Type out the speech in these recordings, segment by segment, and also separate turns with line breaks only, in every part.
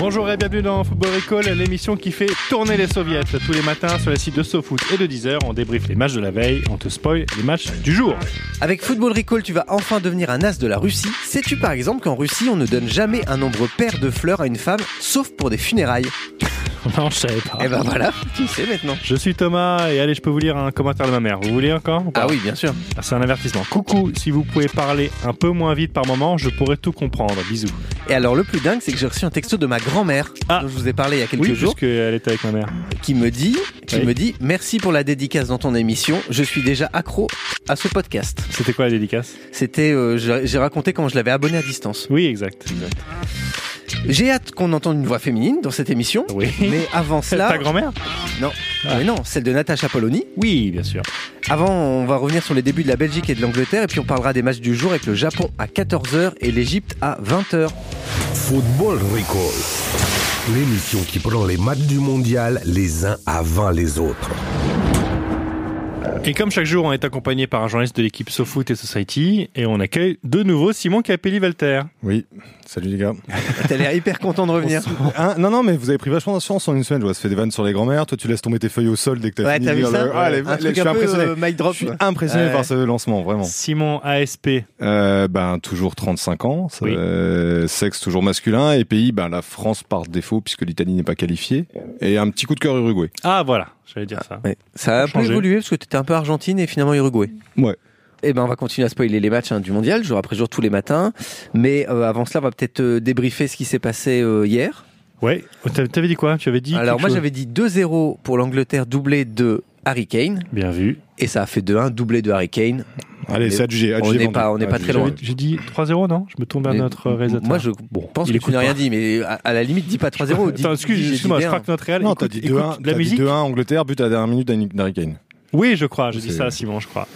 Bonjour et bienvenue dans Football Recall, l'émission qui fait tourner les soviets. Tous les matins sur les sites de SoFoot et de Deezer, on débriefe les matchs de la veille, on te spoil les matchs du jour.
Avec Football Recall, tu vas enfin devenir un as de la Russie. Sais-tu par exemple qu'en Russie, on ne donne jamais un nombre pair de fleurs à une femme, sauf pour des funérailles
Non, je savais pas.
Eh ben voilà, tu sais maintenant.
Je suis Thomas et allez, je peux vous lire un commentaire de ma mère. Vous voulez encore ou pas
Ah oui, bien sûr.
Ah, C'est un avertissement. Coucou, si vous pouvez parler un peu moins vite par moment, je pourrais tout comprendre. Bisous.
Et alors le plus dingue, c'est que j'ai reçu un texto de ma grand-mère,
Ah.
dont je vous ai parlé il y a quelques
oui,
jours,
puisqu'elle était avec ma mère.
qui me dit, qui
Oui.
me dit, merci pour la dédicace dans ton émission. Je suis déjà accro à ce podcast.
C'était quoi la dédicace
C'était, euh, j'ai j'ai raconté comment je l'avais abonné à distance.
Oui, exact. exact.
J'ai hâte qu'on entende une voix féminine dans cette émission.
Oui.
Mais avant cela,
Ta grand-mère
non,
Ah.
mais non, celle de Natacha Polony.
Oui, bien sûr.
Avant, on va revenir sur les débuts de la Belgique et de l'Angleterre, et puis on parlera des matchs du jour avec le Japon à 14h et l'Égypte à 20h.
Football Recall. L'émission qui prend les matchs du mondial les uns avant les autres.
Et comme chaque jour, on est accompagné par un journaliste de l'équipe SoFoot et Society, et on accueille de nouveau Simon Capelli-Valter.
Oui, salut les gars.
T'as l'air hyper content de revenir.
Hein, non, non, mais vous avez pris vachement d'assurance en une semaine. Je vois, ça fait des vannes sur les grands-mères. Toi, tu laisses tomber tes feuilles au sol dès que t'as
Ouais,
fini.
t'as
de
vu
lire
ça
le- Ah, les-
Un
les-
truc
je suis
un peu
impressionné.
euh, mic drop.
Je suis impressionné
Ouais.
par ce lancement, vraiment.
Simon ASP.
Euh, ben, toujours 35 ans, ça-
Oui.
euh, sexe toujours masculin, et pays, ben, la France par défaut, puisque l'Italie n'est pas qualifiée, et un petit coup de cœur Uruguay.
Ah voilà, j'allais dire ça.
Ouais. Ça a un peu
Changé.
évolué parce que t'étais un peu Argentine et finalement Uruguay.
Ouais.
Eh ben, on va continuer à spoiler les matchs hein, du mondial, jour après jour, tous les matins. Mais euh, avant cela, on va peut-être euh, débriefer ce qui s'est passé euh, hier.
Ouais, Oh, t'avais t'avais dit quoi Tu avais dit
Alors,
quelque
moi,
chose
j'avais dit 2-0 pour l'Angleterre, doublé de Harry Kane.
bien vu.
Et ça a fait 2-1, doublé de Harry Kane.
Allez,
Mais
c'est adjugé,
on
adjugé,
n'est
vendu.
pas- on n'est pas
Adjugé.
très loin.
J'avais- J'ai dit 3-0 non Je me tombe à
Mais
notre réalisateur.
Moi, je
Bon,
pense
il
que tu
écoute
n'as
pas.
rien dit, mais à, à la limite, dis pas 3-0. dis-
Attends, excuse,
dis- j'ai
excuse-moi,
dit
je
rien.
crois que notre réel.
Non,
écoute-
t'as dit
écoute
2-1,
La
t'as dit
musique
2-1 Angleterre, but à la dernière minute d'Harry Harry Kane.
Oui, je crois, j'ai dit
C'est-
ça à Simon, je crois.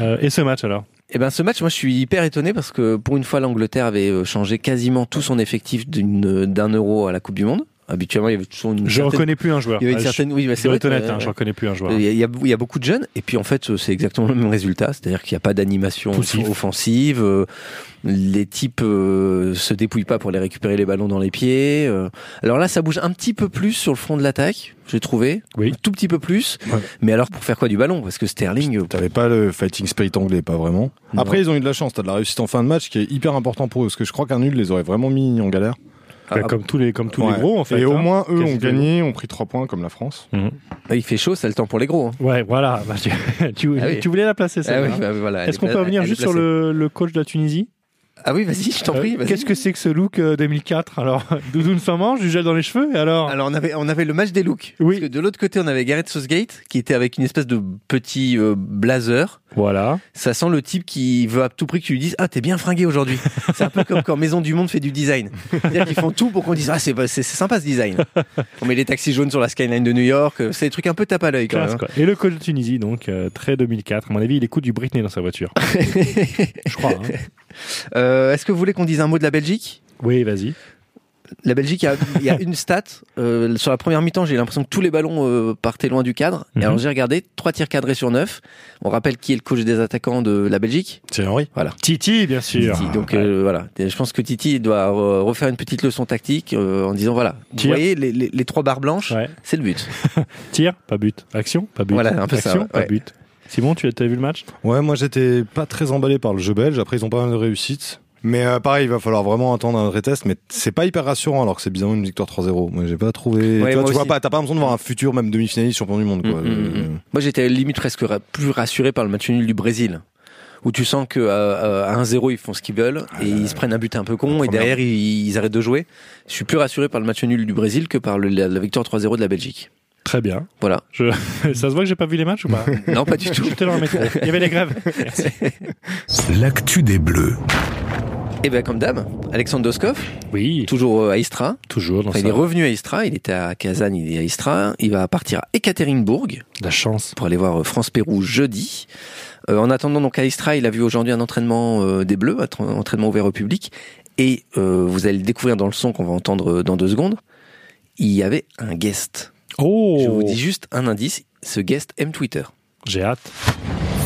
Euh, et ce match alors
Eh ben, ce match, moi, je suis hyper étonné parce que pour une fois, l'Angleterre avait euh, changé quasiment tout son effectif d'une- d'un euro à la Coupe du Monde. Habituellement, il y avait toujours une
Je
certaine-
reconnais plus un joueur.
Il y avait une
Ah, je-
certaine, oui,
je
bah, c'est
dois
vrai
être honnête,
que,
hein, je
euh,
reconnais plus un joueur.
il y, a, il y a- il y a beaucoup de jeunes et puis en fait euh, c'est exactement le même résultat, c'est-à-dire qu'il n'y a pas d'animation
Poussif.
offensive, euh, les types euh, se dépouillent pas pour les récupérer les ballons dans les pieds. euh. Alors là ça bouge un petit peu plus sur le front de l'attaque, j'ai trouvé,
Oui.
un tout petit peu plus.
Ouais.
Mais alors pour faire quoi du ballon Parce que Sterling, euh,
T'avais pas le fighting spirit anglais, pas vraiment.
Non.
Après, ils ont eu de la chance. T'as de la réussite en fin de match qui est hyper important pour eux. Parce que je crois qu'un nul les aurait vraiment mis en galère.
ah,
Bah, comme tous les, comme tous les
Ouais.
gros en fait.
Et au
hein.
moins, eux
Quasi
ont
tous les
gagné, ont pris 3 points comme la France.
ah, il fait chaud, c'est le temps pour les gros. hein.
Ouais, voilà. bah, tu, tu-
Ah oui.
tu voulais la placer
Ah
celle-là.
oui, bah, voilà, elle
Est-ce qu'on
pla-
peut revenir
elle est
juste sur
placée.
le, le coach de la Tunisie
Ah oui, vas-y, je t'en
Euh,
prie. vas-y.
Qu'est-ce que c'est que ce look euh, 2004 Alors, Doudoune sans manche, du gel dans les cheveux, et alors
Alors on avait on avait le match des looks.
Oui.
Parce que de l'autre côté on avait Gareth Southgate qui était avec une espèce de petit euh, blazer.
Voilà.
Ça sent le type qui veut à tout prix que tu lui dises ah t'es bien fringué aujourd'hui. C'est un peu comme quand Maison du Monde fait du design. C'est-à-dire qu'ils font tout pour qu'on dise ah c'est c'est- c'est sympa ce design. On met les taxis jaunes sur la skyline de New York. euh, C'est des trucs un peu tape à l'œil quand
Classe,
même. hein.
quoi. Et le coach de Tunisie, donc, euh, très 2004. À mon avis, il écoute du Britney dans sa voiture. Je crois. hein.
Euh, Est-ce que vous voulez qu'on dise un mot de la Belgique?
Oui, vas-y.
La Belgique, il y a- il y, a une stat. euh, sur la première mi-temps, j'ai eu l'impression que tous les ballons euh, partaient loin du cadre.
Mhm.
Et alors j'ai regardé, trois tirs cadrés sur neuf. On rappelle qui est le coach des attaquants de la Belgique
C'est Henri.
Titi, bien sûr.
Titi. Donc
Ouais.
euh, voilà, Et je pense que Titi doit euh, refaire une petite leçon tactique euh, en disant voilà, vous
Tire.
voyez les, les- les trois barres blanches,
Ouais.
c'est le but.
Tire, pas but. Action, pas but.
Voilà, un peu ça,
Action,
ouais.
pas
Ouais.
but. Simon, tu as t'as vu le match
Ouais, moi j'étais pas très emballé par le jeu belge. Après, ils ont pas mal de réussites. Mais euh, pareil, il va falloir vraiment attendre un vrai test. Mais c'est pas hyper rassurant alors que c'est bizarrement une victoire 3-0. Moi, j'ai pas trouvé.
Ouais,
tu vois,
moi
tu vois
aussi.
pas, t'as pas l'impression de voir un futur même demi-finaliste champion du monde. Quoi.
Mm, mm,
Euh,
mm. Moi j'étais limite presque ra- plus rassuré par le match nul du Brésil. Où tu sens que euh, à 1-0 ils font ce qu'ils veulent et ils se prennent un but un peu con et
première.
derrière ils, ils arrêtent de jouer. Je suis plus rassuré par le match nul du Brésil que par le- la, la victoire 3-0 de la Belgique.
Très bien.
Voilà.
ça se voit que j'ai pas vu les matchs ou pas
Non pas du tout.
J'étais dans le métro. Il y avait les grèves. Merci.
L'actu des Bleus.
Et bien, comme dame, Alexandre Doskov,
Oui,
toujours euh, à Istra.
toujours dans
Enfin, il est revenu à Istra, il était à Kazan, il est à Istra. Il va partir à Ekaterinbourg
la chance.
pour aller voir euh, France-Pérou jeudi. Euh, en attendant, donc à Istra, il a vu aujourd'hui un entraînement euh, des Bleus, un tra- entraînement ouvert au public. Et euh, vous allez le découvrir dans le son qu'on va entendre euh, dans deux secondes. Il y avait un guest.
Oh,
Je vous dis juste un indice. Ce guest aime Twitter.
j'ai hâte.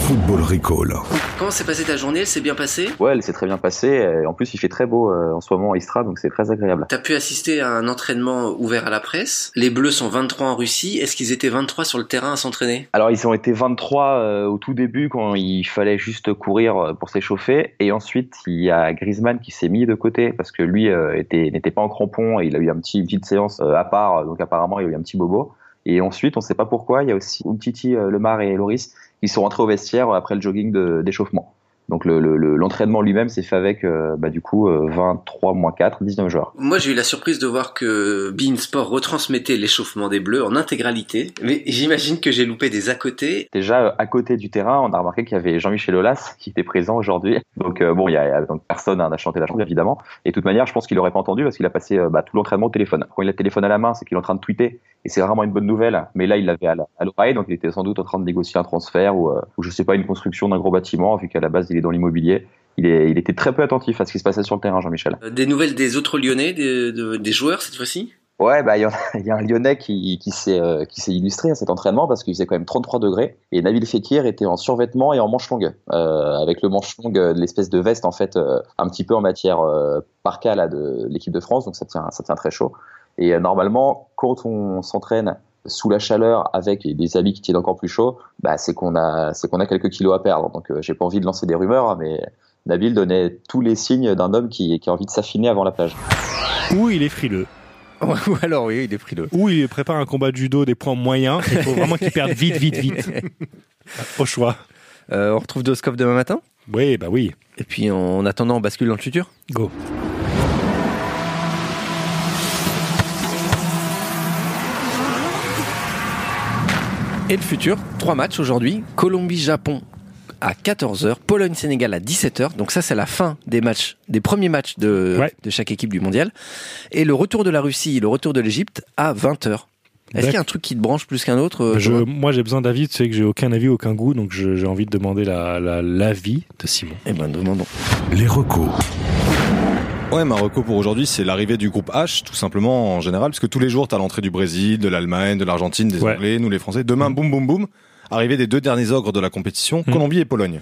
Football Recall.
Comment s'est passée ta journée Elle s'est bien passée
Ouais, elle s'est très bien passée. Et En plus, il fait très beau euh, en ce moment à Istra, donc c'est très agréable.
T'as pu assister à un entraînement ouvert à la presse. Les Bleus sont 23 en Russie. Est-ce qu'ils étaient 23 sur le terrain à s'entraîner
Alors, ils ont été 23 euh, au tout début quand il fallait juste courir euh, pour s'échauffer. Et ensuite, il y a Griezmann qui s'est mis de côté parce que lui euh, était- n'était pas en crampon et il a eu un petit, une petite séance euh, à part. Donc, apparemment, il y a eu un petit bobo. Et ensuite, on ne sait pas pourquoi, il y a aussi Umtiti, euh, Lemar et Loris qui sont rentrés au vestiaire euh, après le jogging de- d'échauffement. Donc, le- le- le- l'entraînement lui-même s'est fait avec, euh, bah, du coup, euh, 23 moins 4, 19 joueurs.
Moi, j'ai eu la surprise de voir que Bein Sport retransmettait l'échauffement des Bleus en intégralité. Mais j'imagine que j'ai loupé des à côté.
Déjà, euh, à côté du terrain, on a remarqué qu'il y avait Jean-Michel Aulas qui était présent aujourd'hui. Donc, euh, bon, il y a, il y a- donc personne hein, n'a chanté la chanson, évidemment. Et de toute manière, je pense qu'il n'aurait pas entendu parce qu'il a passé euh, bah, tout l'entraînement au téléphone. Quand il a le téléphone à la main, c'est qu'il est en train de tweeter. Et c'est rarement une bonne nouvelle. Mais là, il l'avait à la- à l'oreille. Donc, il était sans doute en train de négocier un transfert ou, euh, ou je sais pas, une construction d'un gros bâtiment, vu qu'à la base, il est dans l'immobilier. Il, est- il était très peu attentif à ce qui se passait sur le terrain, Jean-Michel.
Euh, Des nouvelles des autres Lyonnais, des, de- des joueurs cette fois-ci
Ouais, bah, il y, en a- il y a un Lyonnais qui, qui s'est euh, qui s'est illustré à cet entraînement parce qu'il faisait quand même 33 degrés et Nabil Fekir était en survêtement et en manche longue, euh, avec le manche longue, euh, l'espèce de veste en fait, euh, un petit peu en matière euh, parka là, de l'équipe de France, donc ça tient, ça tient très chaud. Et euh, normalement, quand on s'entraîne sous la chaleur avec des habits qui tiennent encore plus chaud, bah, c'est qu'on a, c'est qu'on a quelques kilos à perdre. Donc euh, j'ai pas envie de lancer des rumeurs, hein, mais Nabil donnait tous les signes d'un homme qui, qui a envie de s'affiner avant la plage.
Ou il est frileux,
Ou alors, oui, il est pris le.
ou il prépare un combat de judo des points moyens. Il faut vraiment qu'il perde vite, vite, vite. Au choix.
Euh, on retrouve Doskov demain matin.
Oui, bah oui.
Et puis, en attendant, on bascule dans le futur.
Go.
Et le futur, trois matchs aujourd'hui. Colombie-Japon à 14h, Pologne-Sénégal à 17h. Donc ça, c'est la fin des matchs, des premiers matchs de,
Ouais.
de chaque équipe du mondial. Et le retour de la Russie et le retour de l'Égypte à 20h. Est-ce qu'il y a un truc qui te branche plus qu'un autre euh,
Je-
Thomas
moi, j'ai besoin d'avis. Tu sais que j'ai aucun avis, aucun goût, donc je- j'ai envie de demander la- la- l'avis de Simon.
Eh ben, demandons.
Les recos.
Ouais, ma reco pour aujourd'hui, c'est l'arrivée du groupe H, tout simplement en général, parce que tous les jours, t'as l'entrée du Brésil, de l'Allemagne, de l'Argentine, des
Ouais.
Anglais, nous les Français. Demain, boum, boum, boum. Arrivée des deux derniers ogres de la compétition, Colombie et Pologne.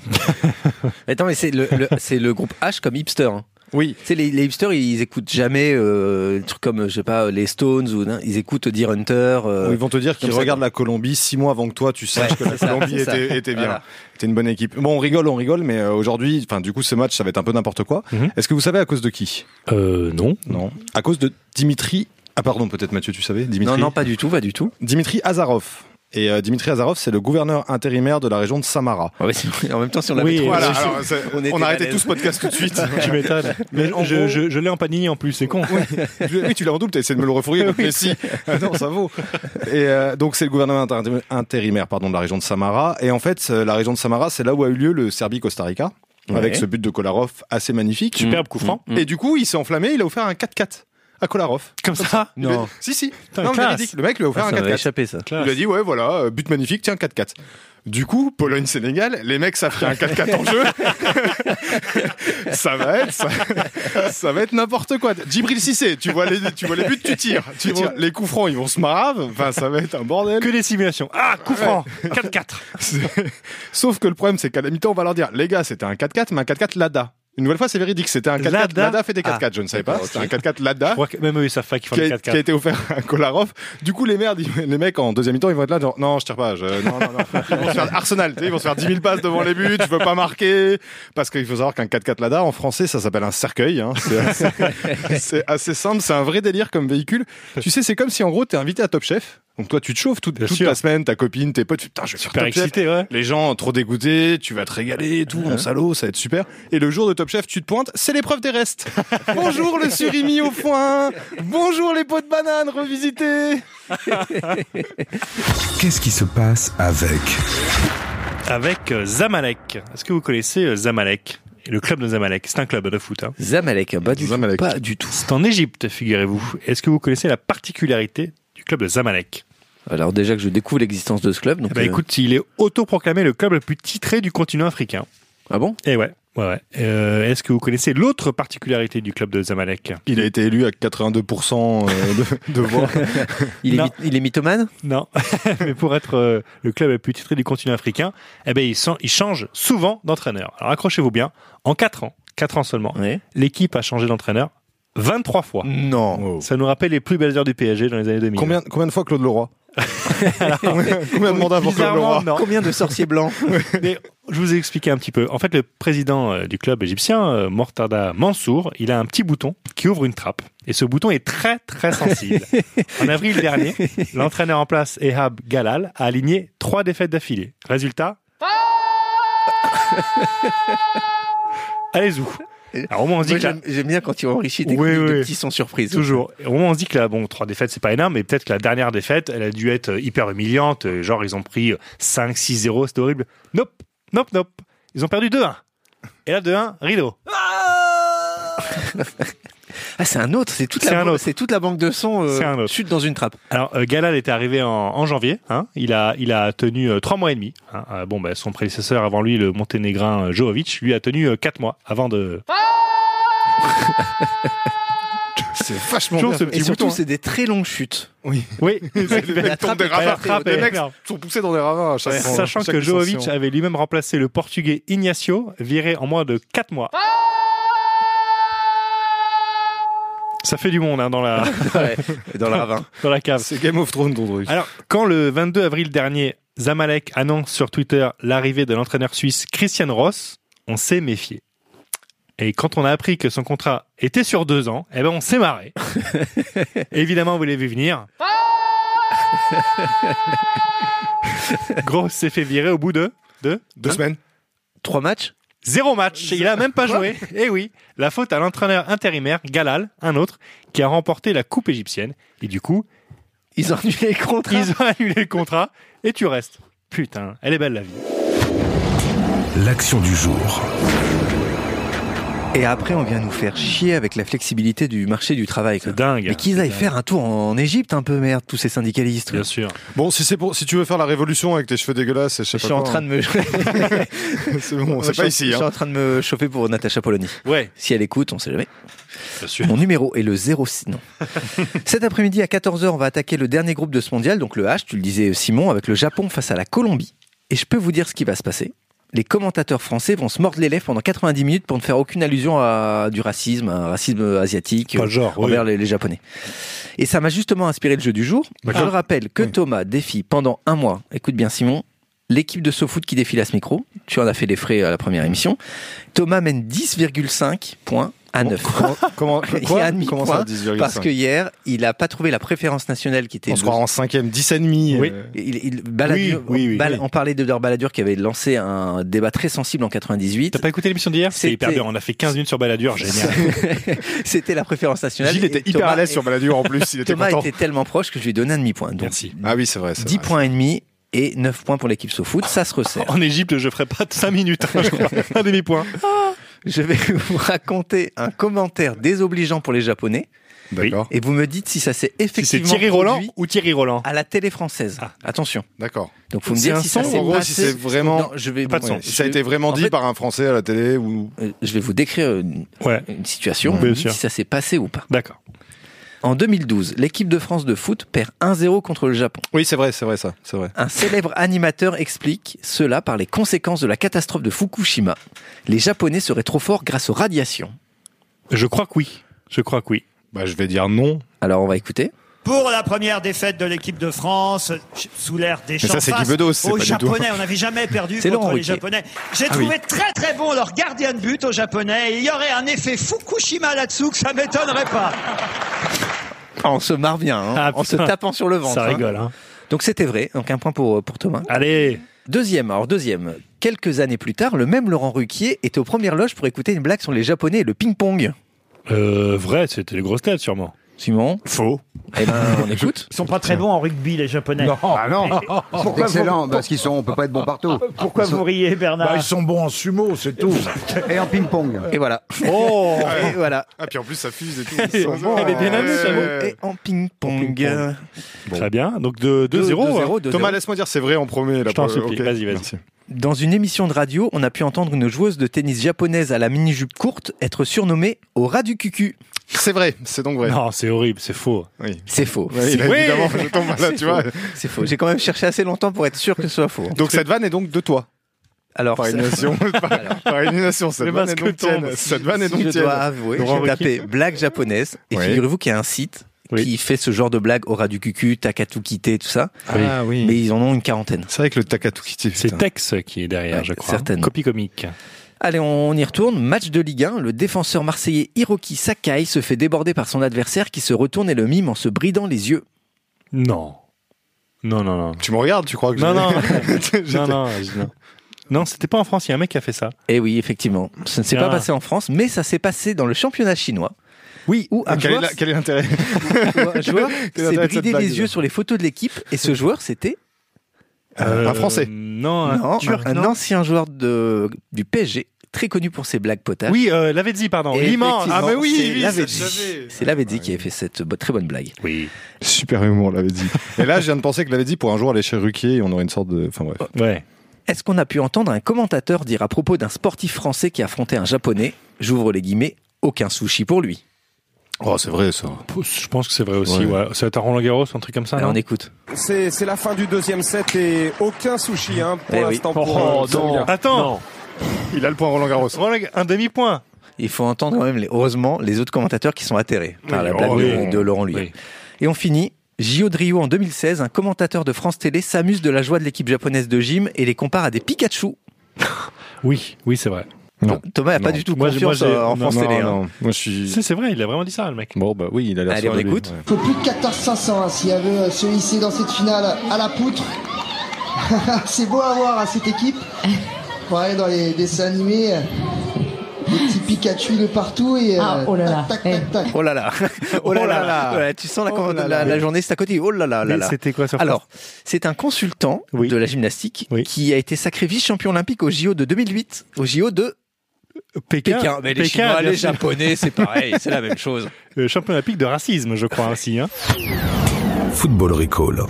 Attends, mais c'est le, le- c'est le groupe H comme hipster. hein.
Oui.
Tu sais, les, les hipsters, ils écoutent jamais euh, des trucs comme, je sais pas, les Stones ou non, ils écoutent Deer Hunter. euh,
Ils vont te dire qu'ils
comme ça,
regardent la Colombie six mois avant que toi, tu saches
Ouais,
que la
c'est ça,
Colombie
c'est ça.
était, était bien.
Voilà.
C'était une bonne équipe. Bon, on rigole, on rigole, mais euh, aujourd'hui, enfin, du coup, ce match, ça va être un peu n'importe quoi.
Mhm.
Est-ce que vous savez à cause de qui
Euh, non.
Non. À cause de Dimitri. Ah, pardon, peut-être Mathieu, tu savais Dimitri
Non, non, pas du tout, pas du tout.
Dimitri Azarov. Et euh, Dimitri Azarov, c'est le gouverneur intérimaire de la région de Samara.
Ah ouais, c'est- en même temps, si on l'avait
Oui, euh,
trouvé,
voilà,
c'est-
alors, c'est-
on était
on a arrêté
à l'aise.
tout ce podcast tout de suite.
Tu m'étonnes. Mais
Mais en
je,
gros-
je- je l'ai en panini en plus, c'est con.
Je- oui, tu l'as en double, t'as essayé de me le refourguer, donc, mais si. Ah non, ça vaut. Et euh, donc, c'est le gouvernement intérim- intérimaire pardon, de la région de Samara. Et en fait, euh, la région de Samara, c'est là où a eu lieu le Serbie-Costa Rica, avec
Ouais.
ce but de Kolarov assez magnifique.
Superbe coup franc.
Et du coup, il s'est enflammé, il a offert un 4-4 à Kolarov.
Comme ça
Il lui a- Si, si. Non, mais
classe.
véridique, le mec lui a offert
Ah,
un
ça m'avait
4-4.
Ah, échappé, ça.
Il a dit, ouais, voilà, euh, but magnifique, tiens, 4-4. Du coup, Pologne-Sénégal, les mecs, ça ferait un 4-4 en jeu. ça va être, ça, ça va être n'importe quoi. Djibril Cissé, tu vois les, tu vois les buts, tu tires. Tu vois, les coups francs, ils vont se marave. Enfin, ça va être un bordel.
Que des simulations. Ah, coup franc 4-4.
C'est- Sauf que le problème, c'est qu'à la mi-temps, on va leur dire, les gars, c'était un 4-4, mais un 4-4 Lada. Une nouvelle fois, c'est véridique, c'était un 4-4
Lada
Lada, Ah. fait des 4-4, je ne savais pas. C'était un 4-4 Lada
Je crois que même eux, ils savent pas qu'ils font
qui
le
a, qui a
4-4.
été offert à Kolarov. Du coup, les merdes, ils- les mecs en deuxième mi-temps, ils vont être là, genre, non, je tire pas, je- non, non, non. Ils vont se faire Arsenal, tu sais, ils vont se faire 10 000 passes devant les buts, je veux pas marquer. Parce qu'il faut savoir qu'un 4-4 Lada, en français, ça s'appelle un cercueil, hein. C'est assez, c'est assez simple, c'est un vrai délire comme véhicule. Tu sais, c'est comme si, en gros, t'es invité à Top Chef. Donc toi, tu te chauffes toute,
Bien
toute
sûr.
la semaine, ta copine, tes potes, tu- putain, je vais faire
Super
Top Chef.
excité, ouais.
Les gens trop dégoûtés, tu vas te régaler, et tout, mon salaud, ça va être super. Et le jour de Top Chef, tu te pointes, c'est l'épreuve des restes. Bonjour le surimi au foin. Bonjour les pots de banane revisités.
Qu'est-ce qui se passe avec
Avec euh, Zamalek. Est-ce que vous connaissez euh, Zamalek le club de Zamalek. C'est un club de foot. hein.
Zamalek, pas du
Zamalek.
tout. Pas du tout.
C'est en Égypte, figurez-vous. Est-ce que vous connaissez la particularité du club de Zamalek
Alors déjà que je découvre l'existence de ce club, donc.
Bah
euh,
écoute, il est autoproclamé le club le plus titré du continent africain.
Ah bon
Eh ouais. Ouais, ouais. Euh, Est-ce que vous connaissez l'autre particularité du club de Zamalek
Il a été élu à 82% euh, de, de voix.
il est,
Non.
myth- il est mythomane
Non, mais pour être euh, le club le plus titré du continent africain, eh ben il, sen- il change souvent d'entraîneur. Alors accrochez-vous bien, en 4 ans, 4 ans seulement,
Oui.
l'équipe a changé d'entraîneur 23 fois.
Non.
Ça nous rappelle les plus belles heures du PSG dans les années 2000.
Oh. Combien, combien de fois Claude Leroy Combien combien de mandats pour Claude
Bizarrement,
Leroy
non.
Combien de sorciers blancs
Mais je vous ai expliqué un petit peu. En fait, le président euh, du club égyptien, euh, Mortada Mansour, il a un petit bouton qui ouvre une trappe. Et ce bouton est très, très sensible. en avril dernier, l'entraîneur en place, Ehab Galal, a aligné trois défaites d'affilée. Résultat Allez-y. Alors, au moins, on se dit
Moi,
que la-
J'aime j'aime bien quand ils enrichissent des
Oui,
chroniques de
oui.
petits sans surprise.
Toujours. Et Au moins, on se dit que là, bon, trois défaites, c'est pas énorme, mais peut-être que la dernière défaite, elle a dû être euh, hyper humiliante. euh, Genre, ils ont pris euh, 5, 6, 0, c'était horrible. Nope, nope, nope. Ils ont perdu 2-1. Et là, 2-1, rideau.
Ah, c'est un autre, c'est toute,
C'est
la
un
ban-
autre.
c'est toute la banque de son euh,
C'est un autre.
chute dans une trappe.
Alors, euh, Galal était arrivé en, en janvier. hein. Il, a, il a tenu 3 mois et demi. hein. Euh, bon, bah, son prédécesseur avant lui, le monténégrin euh, Jovovic, lui a tenu 4 mois avant de.
C'est vachement
Toujours
bien.
ce
fait.
petit
Et surtout,
bouton.
c'est des très longues chutes.
Oui,
Les mecs
la
tombent
trappe
des
est
ravins.
pas
frappée,
Les mecs
énorme.
sont poussés dans des ravins à chaque
Ouais,
fois.
Sachant
Chaque
que Jovovic
sensation.
avait lui-même remplacé le portugais Ignacio, viré en moins de 4 mois. Ça fait du monde hein, dans, la,
Ouais, dans le ravin.
dans la cave.
C'est Game of Thrones ton truc.
Alors, quand le 22 avril dernier, Zamalek annonce sur Twitter l'arrivée de l'entraîneur suisse Christian Ross, on s'est méfié. Et quand on a appris que son contrat était sur deux ans, eh ben on s'est marré. Évidemment, vous l'avez vu venir. Gross s'est fait virer au bout de, de
Deux semaines
Trois matchs
Zéro match, il a même pas joué. Eh oui, la faute à l'entraîneur intérimaire Galal, un autre, qui a remporté la coupe égyptienne. Et du coup,
Ils ont annulé les contrats.
ils ont annulé le contrat et tu restes. Putain, elle est belle la vie.
L'action du jour.
Et après, on vient nous faire chier avec la flexibilité du marché du travail. quoi.
C'est dingue.
Mais qu'ils aillent faire un tour en Égypte un peu, merde, tous ces syndicalistes. quoi.
Bien sûr.
Bon, si, c'est pour, si tu veux faire la révolution avec tes cheveux dégueulasses, et je sais
Je suis en train de me,
de. C'est bon,
Je
c'est
suis-
pas ici.
Je suis
Hein.
en train de me chauffer pour Natacha Polony.
Ouais,
Si elle écoute, on sait jamais.
bien sûr.
Mon numéro est le 06. Non. Cet après-midi à 14h, on va attaquer le dernier groupe de ce mondial, donc le H, tu le disais Simon, avec le Japon face à la Colombie. Et je peux vous dire ce qui va se passer. Les commentateurs français vont se mordre les lèvres pendant 90 minutes pour ne faire aucune allusion à du racisme, à un racisme asiatique euh,
Pas le genre. oui.
envers les, les Japonais. Et ça m'a justement inspiré le jeu du jour. Je
D'accord.
le rappelle que Thomas défie pendant un mois, écoute bien Simon, l'équipe de SoFoot qui défile à ce micro. Tu en as fait les frais à la première émission. Thomas mène 10,5 points à
Oh,
9.
Comment,
Il y a
quoi
un demi-point
Comment ça,
Parce que
10,5
hier, il a pas trouvé la préférence nationale qui était.
On se croit en cinquième, 10,5.
Oui.
euh,
Il, il- Balladur-
Oui, oui, oui,
Bal-
oui.
On parlait d'Odor Balladur qui avait lancé un débat très sensible en 98.
T'as pas écouté l'émission d'hier C'est
C'était-
hyper bien. On a fait 15 minutes sur Balladur, génial.
C'était la préférence nationale.
Gilles était
Et
hyper
Thomas-
à l'aise sur Balladur en plus, il était
Thomas
content.
était tellement proche que je lui ai donné un demi-point. Donc,
Merci.
Ah oui, c'est vrai. c'est
10
vrai.
points et demi et 9 points pour l'équipe SoFoot. Ça se resserre.
En Égypte, je ferai pas 5 minutes. hein, je crois. Un demi-point.
Je vais vous raconter un commentaire désobligeant pour les Japonais
D'accord,
et vous me dites si ça s'est
Si c'est
effectivement
Thierry Roland
produit
ou Thierry Roland
à la télé française.
Ah.
Attention.
d'accord.
Donc, faut me
C'est
dire
un
si ça
son,
s'est
en gros,
passé.
si c'est vraiment-
Non, je vais.
Pas de
ouais,
son.
Si
je
ça a
vais-
été vraiment
en
dit
fait,
par un Français à la télé ou
Euh, je vais vous décrire une,
Ah. Ouais.
une situation, on
Bien
me dit
sûr.
si ça s'est passé ou pas.
D'accord.
En 2012, l'équipe de France de foot perd 1-0 contre le Japon.
Oui, c'est vrai, c'est vrai ça, c'est vrai.
Un célèbre animateur explique cela par les conséquences de la catastrophe de Fukushima. Les Japonais seraient trop forts grâce aux radiations.
Je crois que oui. Je crois que oui.
Bah, je vais dire non.
Alors on va écouter.
Pour la première défaite de l'équipe de France, ch- sous l'ère des
ça, c'est Guibedos, c'est
aux
pas du
Japonais, on n'avait jamais perdu
C'est
contre
Laurent
les
Ruquier.
Japonais.
Ah
J'ai trouvé très très bon leur gardien de but aux Japonais. Il y aurait un effet Fukushima là-dessous que ça m'étonnerait pas.
On se marre bien, hein,
Ah,
en se
putain.
tapant sur le ventre.
Ça
hein.
rigole. Hein.
Donc c'était vrai, donc un point pour, euh, pour Thomas.
Allez.
Deuxième, alors deuxième. Quelques années plus tard, le même Laurent Ruquier était aux premières loges pour écouter une blague sur les Japonais et le ping-pong.
Euh, vrai, c'était les grosses têtes sûrement.
Simon
Faux.
Eh ben, on écoute.
Ils sont pas très bons en rugby, les Japonais.
Ah non
C'est excellent, parce qu'ils sont, on peut pas être bon partout.
Pourquoi vous riez, Bernard
Bah, ils sont bons en sumo, c'est tout.
Et en ping-pong.
Et voilà. Oh Et voilà.
Ah, puis en plus, ça fuse et tout.
Elle est bien
Oh. Ouais.
amenée, Simon. Et en ping-pong. hein.
Très bien. Donc de 2-0.
2-0, 2-0.
Thomas, laisse-moi dire, c'est vrai en premier. Là,
Je t'en
pour-
supplie.
ok.
Vas-y, vas-y.
Merci.
Dans une émission de radio, on a pu entendre une joueuse de tennis japonaise à la mini-jupe courte être surnommée au rat du cucu.
C'est vrai, c'est donc vrai.
Non, c'est horrible, c'est faux.
Oui.
C'est faux.
Ouais, il a-
Oui.
Évidemment, je tombe là, tu vois.
C'est faux. J'ai quand même cherché assez longtemps pour être sûr que ce soit faux.
Donc cette vanne est donc de toi.
Alors,
Par
ça-
élimination. par, par élimination, cette
Le
vanne est
masque
donc
tombe.
tienne. Cette vanne est
si je
donc tienne.
dois avouer,
Laurent
j'ai
Ruquier.
tapé blague japonaise et
Oui.
figurez-vous qu'il y a un site
Oui.
qui fait ce genre de blague au rat du cucu, t'as qu'à tout quitter, tout ça.
Ah oui.
Mais ils en ont une quarantaine.
C'est vrai que le Takatukiti.
C'est Tex qui est derrière,
Ouais,
je crois.
certainement.
Copie comique.
Allez, on y retourne. Match de Ligue 1. Le défenseur marseillais Hiroki Sakai se fait déborder par son adversaire qui se retourne et le mime en se bridant les yeux.
Non. Non, non, non.
Tu me regardes, tu crois que
Non,
je-
non.
J'étais-
non, non, je- non. Non, c'était pas en France, il y a un mec qui a fait ça.
Eh oui, effectivement. Ça ne s'est
Ah.
pas passé en France, mais ça s'est passé dans le championnat chinois. Oui, où un
Quel est
joueur,
la- quel est l'intérêt
un joueur
Quel est l'intérêt de
s'est
cette
bridé
blague,
les
déjà
yeux sur les photos de l'équipe et ce joueur, c'était Euh,
Un Français.
Euh, Non, un
non,
Turc.
un,
non.
ancien joueur de, du PSG, très connu pour ses blagues potaches.
Oui, euh, Lavezzi, pardon.
Et
L'immense.
effectivement,
Ah, mais oui,
c'est
oui,
Lavezzi.
ça, je savais.
C'est Lavezzi qui a fait cette bo- très bonne blague.
Oui.
Super humour, l'avait dit. Et là, je viens de penser que l'avait dit pour un jour aller chez Ruquier et on aurait une sorte de. Enfin bref.
Ouais.
Est-ce qu'on a pu entendre un commentateur dire à propos d'un sportif français qui affrontait un japonais, j'ouvre les guillemets, aucun sushi pour lui
Oh, c'est vrai ça.
Je pense que c'est vrai aussi. Ouais.
Ouais.
Ça va être à Roland Garros, un truc comme ça.
Alors
Ah non
on écoute.
C'est c'est la fin du deuxième set et aucun sushi hein, pour
Eh oui.
l'instant pour euh, Sam Miller.
Oh, Attends,
Il a le point Roland Garros.
Roland Ga- un demi-point.
Il faut entendre quand même, les- heureusement, les autres commentateurs qui sont atterrés par la
oh
blague de-
oui.
de Laurent Lui.
Oui.
Et on finit. Gio Drio en 2016, un commentateur de France Télé s'amuse de la joie de l'équipe japonaise de gym et les compare à des Pikachu.
Oui, oui, c'est vrai.
Non.
Thomas n'a pas
Non.
du tout
Moi, j'ai- moi,
confiance
j'ai-
euh,
non,
en France
non,
Télé. hein.
non. Moi, je suis.
C'est c'est vrai, il a vraiment dit ça, le mec.
Bon, bah oui, il a l'air
Allez,
sûr
on
de lui.
écoute.
Ouais.
faut plus de 14 500 hein, si elle veut euh, se hisser dans cette finale à la poutre. c'est beau à voir à cette équipe. Ouais, dans les dessins animés, euh, des petits Pikachu de partout et euh,
Ah, oh là là,
tac tac tac. tac.
Oh là là, oh là là, Voilà, tu sens la,
Oh
la-
là là.
la journée c'est à côté. Oh là là là
Mais
là.
C'était quoi sur
Alors, c'est un consultant
Oui.
de la gymnastique
Oui.
qui a été sacré vice-champion olympique au JO de 2008, au JO de
Pékin,
Pékin. Mais les
Pékin,
Chinois,
bien
les
sûr.
Japonais, c'est pareil, c'est la même chose.
Euh, champion olympique de racisme, je crois ainsi. Hein.
Football Recall.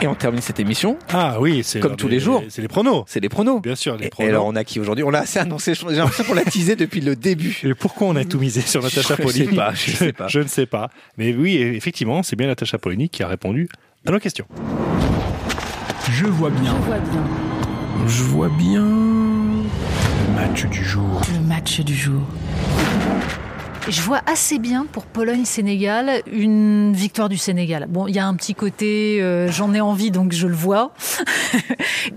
Et on termine cette émission,
Ah oui, c'est
Comme
leur-
tous les jours.
C'est les pronos,
c'est les pronos.
bien sûr, les
Et, et
pronos.
alors on a qui aujourd'hui On l'a assez annoncé, j'ai l'impression qu'on l'a teasé depuis le début.
Et pourquoi on a tout misé sur Natacha
Je sais
Polony
pas, je sais pas.
ne sais pas. Mais oui, effectivement, c'est bien Natacha Polony qui a répondu à nos questions.
Je vois bien. Je vois bien. Match du jour.
Le match du jour.
Je vois assez bien pour Pologne-Sénégal une victoire du Sénégal. Bon, il y a un petit côté, euh, j'en ai envie donc je le vois.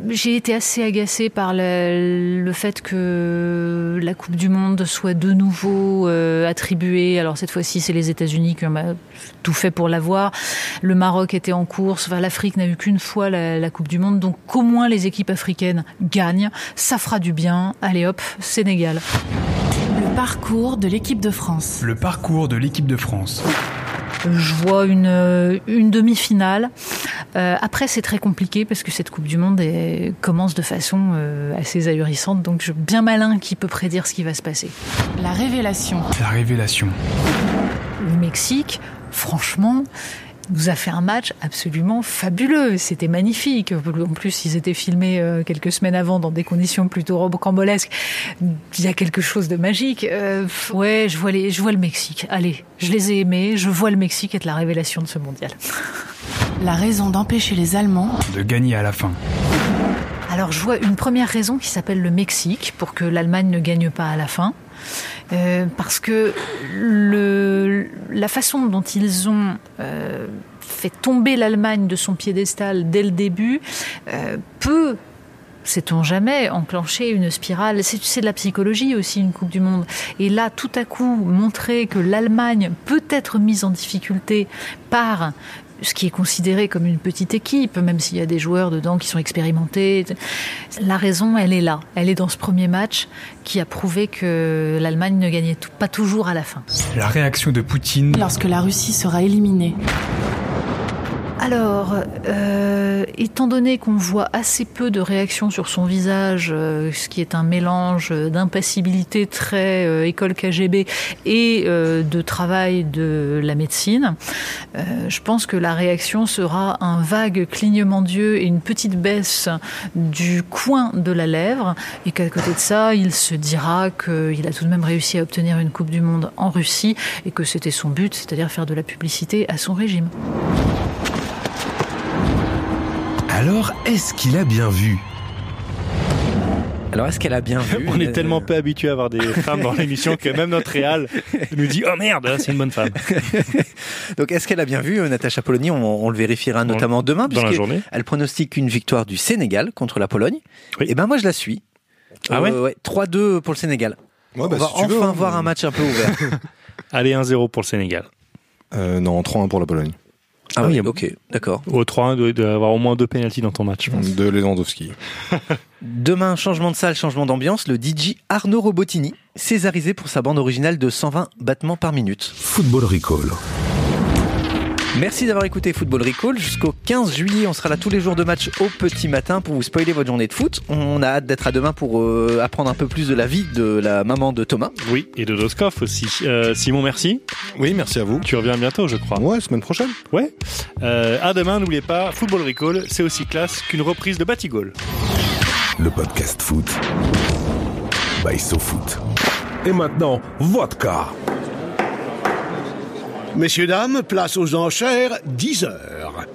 J'ai été assez agacée par le, le fait que la Coupe du Monde soit de nouveau euh, attribuée. Alors cette fois-ci, c'est les États-Unis qui ont euh, tout fait pour l'avoir. Le Maroc était en course. Enfin, L'Afrique n'a eu qu'une fois la, la Coupe du Monde. Donc qu'au moins les équipes africaines gagnent. Ça fera du bien. Allez hop, Sénégal.
Le parcours de l'équipe de France.
Le parcours de l'équipe de France.
Je vois une, euh, une demi-finale. Euh, après, c'est très compliqué parce que cette Coupe du Monde est- commence de façon euh, assez ahurissante. Donc, je, bien malin qui peut prédire ce qui va se passer.
La révélation.
La révélation.
Le Mexique, franchement, nous a fait un match absolument fabuleux. C'était magnifique. En plus, ils étaient filmés euh, quelques semaines avant dans des conditions plutôt rocambolesques. Il y a quelque chose de magique. Euh, pff, ouais, je vois, les, je vois le Mexique. Allez, je les ai aimés. Je vois le Mexique être la révélation de ce mondial.
La raison d'empêcher les Allemands.
De gagner à la fin.
Alors je vois une première raison qui s'appelle le Mexique pour que l'Allemagne ne gagne pas à la fin. Euh, parce que le, la façon dont ils ont euh, fait tomber l'Allemagne de son piédestal dès le début euh, peut, sait-on jamais, enclencher une spirale. C'est c'est de la psychologie aussi, une Coupe du Monde. Et là, tout à coup, montrer que l'Allemagne peut être mise en difficulté par ce qui est considéré comme une petite équipe, même s'il y a des joueurs dedans qui sont expérimentés. La raison, elle est là. Elle est dans ce premier match qui a prouvé que l'Allemagne ne gagnait tout- pas toujours à la fin.
La réaction de Poutine.
Lorsque la Russie sera éliminée.
Alors, euh, étant donné qu'on voit assez peu de réactions sur son visage, euh, ce qui est un mélange d'impassibilité très euh, école KGB et euh, de travail de la médecine, euh, je pense que la réaction sera un vague clignement d'yeux et une petite baisse du coin de la lèvre, et qu'à côté de ça, il se dira qu'il a tout de même réussi à obtenir une Coupe du Monde en Russie et que c'était son but, c'est-à-dire faire de la publicité à son régime.
Alors, est-ce qu'il a bien vu
Alors, est-ce qu'elle a bien vu euh,
On est tellement peu habitué à avoir des femmes dans l'émission que même notre réal nous dit Oh merde, c'est une bonne femme.
Donc, est-ce qu'elle a bien vu, euh, Natacha Polony on, on le vérifiera notamment demain,
dans la
puisque
journée.
elle pronostique une victoire du Sénégal contre la Pologne. Et ben moi, je la suis. Euh,
Ah ouais
3-2 pour le Sénégal.
Ouais,
on
bah,
va
si tu
enfin
veux, hein.
voir un match un peu ouvert. Ah
Allez, 1-0 pour le Sénégal.
Euh, non, 3-1 pour la Pologne.
Ah
oui,
ok, d'accord.
Au 3-1, il doit- il doit y avoir au moins deux pénalties dans ton match, je
Mm.
pense.
De Lewandowski.
Demain, changement de salle, changement d'ambiance, le DJ Arnaud Robotini, césarisé pour sa bande originale de 120 battements par minute.
Football Recall.
Merci d'avoir écouté Football Recall. Jusqu'au 15 juillet, on sera là tous les jours de match au petit matin pour vous spoiler votre journée de foot. On a hâte d'être à demain pour euh, apprendre un peu plus de la vie de la maman de Thomas.
Oui, et de Doskov aussi. Euh, Simon, merci.
Oui, merci à vous.
Tu reviens bientôt, je crois.
Ouais, semaine prochaine.
Ouais. Euh, à demain, n'oubliez pas, Football Recall, c'est aussi classe qu'une reprise de Batigol.
Le podcast foot by SoFoot. Et maintenant, vodka.
Messieurs, dames, place aux enchères, 10 heures.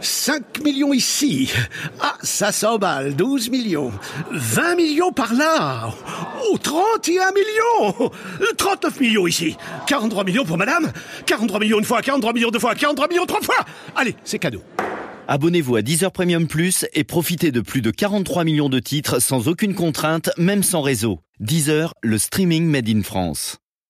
5 millions ici. Ah, ça s'emballe, 12 millions. 20 millions par là. Oh, 31 millions. 39 millions ici. 43 millions pour madame. 43 millions une fois, 43 millions deux fois, 43 millions trois fois. Allez, c'est cadeau.
Abonnez-vous à Deezer Premium Plus et profitez de plus de 43 millions de titres sans aucune contrainte, même sans réseau. Deezer, le streaming made in France.